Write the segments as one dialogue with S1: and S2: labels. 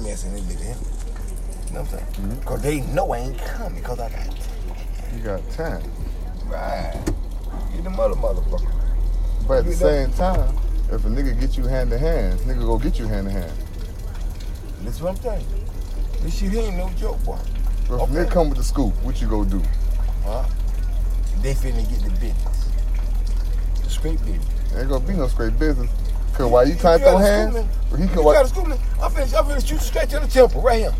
S1: ass in this bitch. Anyway. You know what I'm saying? Because they know I ain't coming because I got
S2: You got time.
S1: Right. You the mother motherfucker.
S2: But at the
S1: You know-
S2: same time, if a nigga get you hand to hand, nigga go get you hand to hand.
S1: That's what I'm telling you. This shit ain't no joke, boy.
S2: But if
S1: Okay.
S2: a nigga come with the scoop, what you go do?
S1: Huh? They finna get the business. The straight business.
S2: Ain't gonna be no straight business. Cause while you trying to throw
S1: try to
S2: hands,
S1: school
S2: he
S1: me.
S2: can
S1: You try
S2: watch.
S1: to school me. I'm finna, I'm finna shoot you straight to the temple right here.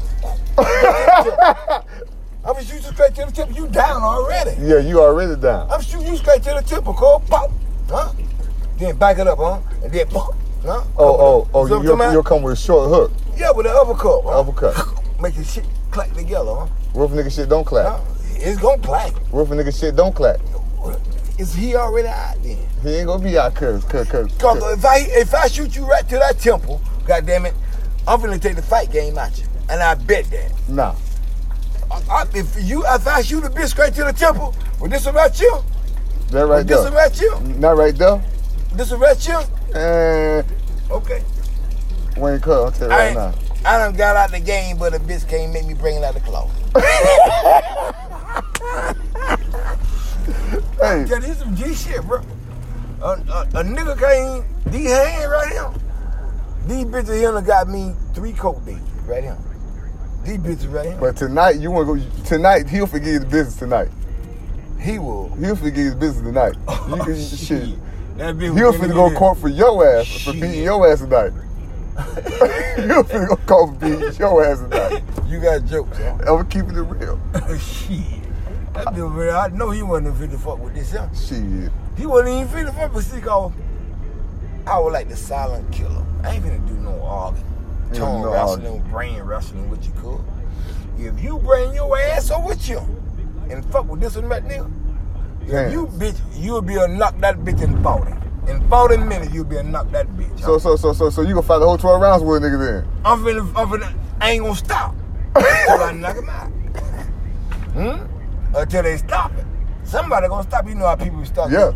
S1: I'm finna shoot you straight to the temple. You down already.
S2: Yeah, you already down.
S1: I'm shooting you straight to the temple, Cole. Pop. Huh? Then back it up, huh? And then pop. Huh?
S2: Oh, oh, oh,
S1: See what I'm
S2: you, you'll,
S1: talking
S2: you'll come with a short hook,
S1: about? Yeah, with the uppercut. Huh?
S2: uppercut.
S1: Make the shit clack together, huh?
S2: What if nigga shit don't clap?
S1: huh? It's gonna clack.
S2: What if a nigga shit don't clap?
S1: Is he already out then?
S2: He ain't gonna be out cuz, cuz, cuz.
S1: Cause
S2: cuz.
S1: if I if I shoot you right to that temple, God damn it, I'm finna take the fight game out you, and I bet that.
S2: Nah.
S1: I, I, if you if I shoot a bitch straight to the temple, well this about you,
S2: That right
S1: this
S2: there.
S1: about you,
S2: Not right there.
S1: this about you.
S2: And
S1: Okay,
S2: Wayne Cuz, I'll tell you
S1: I
S2: right
S1: ain't,
S2: now.
S1: I done got out the game, but a bitch can't make me bring it out the closet.
S2: Hey,
S1: Yeah, this some G shit, bro. A, a, a nigga can't these hands right here. These bitches here done got me three coke days right here. These bitches right here.
S2: but tonight you wanna go tonight he'll forget his business tonight.
S1: He will.
S2: He'll forget his business tonight.
S1: Oh,
S2: You can shit.
S1: That bitch
S2: He'll
S1: was
S2: finna
S1: getting
S2: go
S1: it.
S2: to court for your ass for
S1: Shit.
S2: beating your ass tonight. You'll finna go to court for beating your ass tonight.
S1: You got jokes, huh?
S2: I'm keeping it real.
S1: Shit. That bitch over there, I know he wasn't even finna fuck with this, huh?
S2: Shit.
S1: He wasn't even finna fuck with Seagull. I was like the silent killer. I ain't finna do no arguing.
S2: Ain't
S1: Tongue
S2: no
S1: wrestling, brain wrestling, what you could. If you bring your ass over with you and fuck with this one right now,
S2: Hands.
S1: you bitch, you'll be a knock that bitch in 40. In 40 minutes, you'll be a knock that bitch.
S2: So so so so so you gonna fight the whole twelve rounds with a nigga then?
S1: I'm finna, I'm finna, I ain't gonna stop until I knock him out. Hmm? Until they stop it. Somebody gonna stop. it. You know how people stop.
S2: Yeah.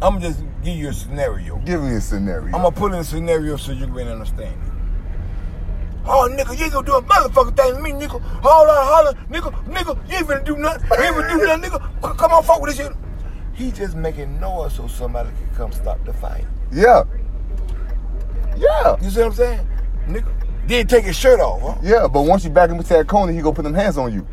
S1: I'm just give you a scenario.
S2: Give me a scenario.
S1: I'm gonna put in a scenario so you can understand it. Oh, nigga, you ain't gonna do a motherfucking thing to me, nigga. Hold on, holler, nigga, nigga, you ain't finna do nothing. You ain't finna do nothing, nigga. C- Come on, fuck with this shit. He just making noise so somebody can come stop the fight.
S2: yeah. Yeah.
S1: You see what I'm saying? Nigga, then take his shirt off, huh?
S2: Yeah, but once you back him into that corner, he gonna put them hands on you.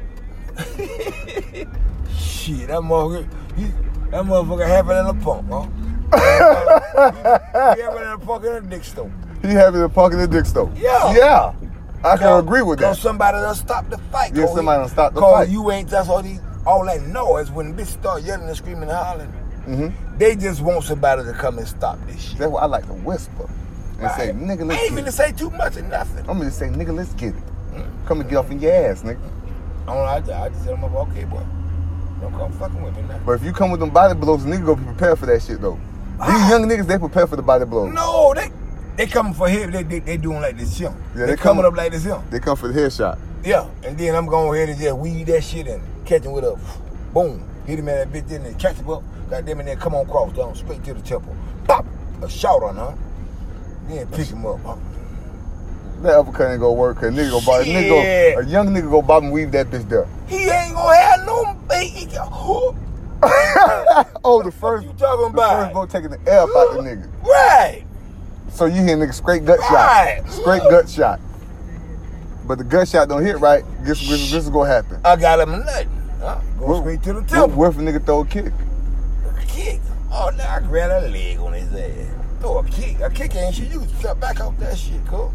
S1: Shit, that motherfucker, he, that motherfucker having in a pump, huh? he having in a pump in a dick store.
S2: He having a punk in the dick though.
S1: Yeah.
S2: Yeah. I can agree with
S1: Cause
S2: that.
S1: somebody done stopped the fight.
S2: Yeah,
S1: Cause
S2: somebody
S1: he-
S2: done stopped the
S1: cause
S2: fight.
S1: you ain't, that's all these, all that noise when bitches start yelling and screaming and hollering.
S2: Mm-hmm.
S1: They just want somebody to come and stop this shit.
S2: That's why I like to whisper and say,
S1: Right?
S2: nigga,
S1: I
S2: let's
S1: ain't
S2: get
S1: finna
S2: it.
S1: say too much or nothing.
S2: I'm gonna say, nigga, let's get it. Come and get off in your ass, nigga.
S1: I don't know, I just, I just tell them, okay, boy, don't come fucking with me now.
S2: But if you come with them body blows, nigga gonna be prepared for that shit though. These
S1: Ah.
S2: young niggas, they prepare for the body blows.
S1: No, they they coming for here. They, they they doing like this young.
S2: Yeah,
S1: they
S2: they
S1: coming
S2: coming-
S1: up like this young.
S2: They come for the headshot.
S1: Yeah, and then I'm going ahead and just weed that shit and catch him with a boom. Hit him at that bitch then and catch him up. God damn it, then come on cross down straight to the temple. Pop! A shot on her. Then pick him up. Huh?
S2: That uppercut ain't gonna work, cause nigga gonna bob, nigga
S1: Shit.
S2: go, a young nigga go bob and weave that bitch there.
S1: He ain't gonna have no baby. Who?
S2: oh, the first,
S1: you talking
S2: the first
S1: about?
S2: blow taking the L out the nigga.
S1: Right!
S2: So you hear nigga straight gut
S1: Right.
S2: shot, straight gut shot. But the gut shot don't hit right. Guess guess- guess what gonna happen?
S1: I got him nothing. Huh? Go straight to the temple.
S2: What if a nigga throw a kick?
S1: kick. Oh, now I grab a leg on his ass. Throw a kick. A kick ain't shit. You can step back off that shit, cool?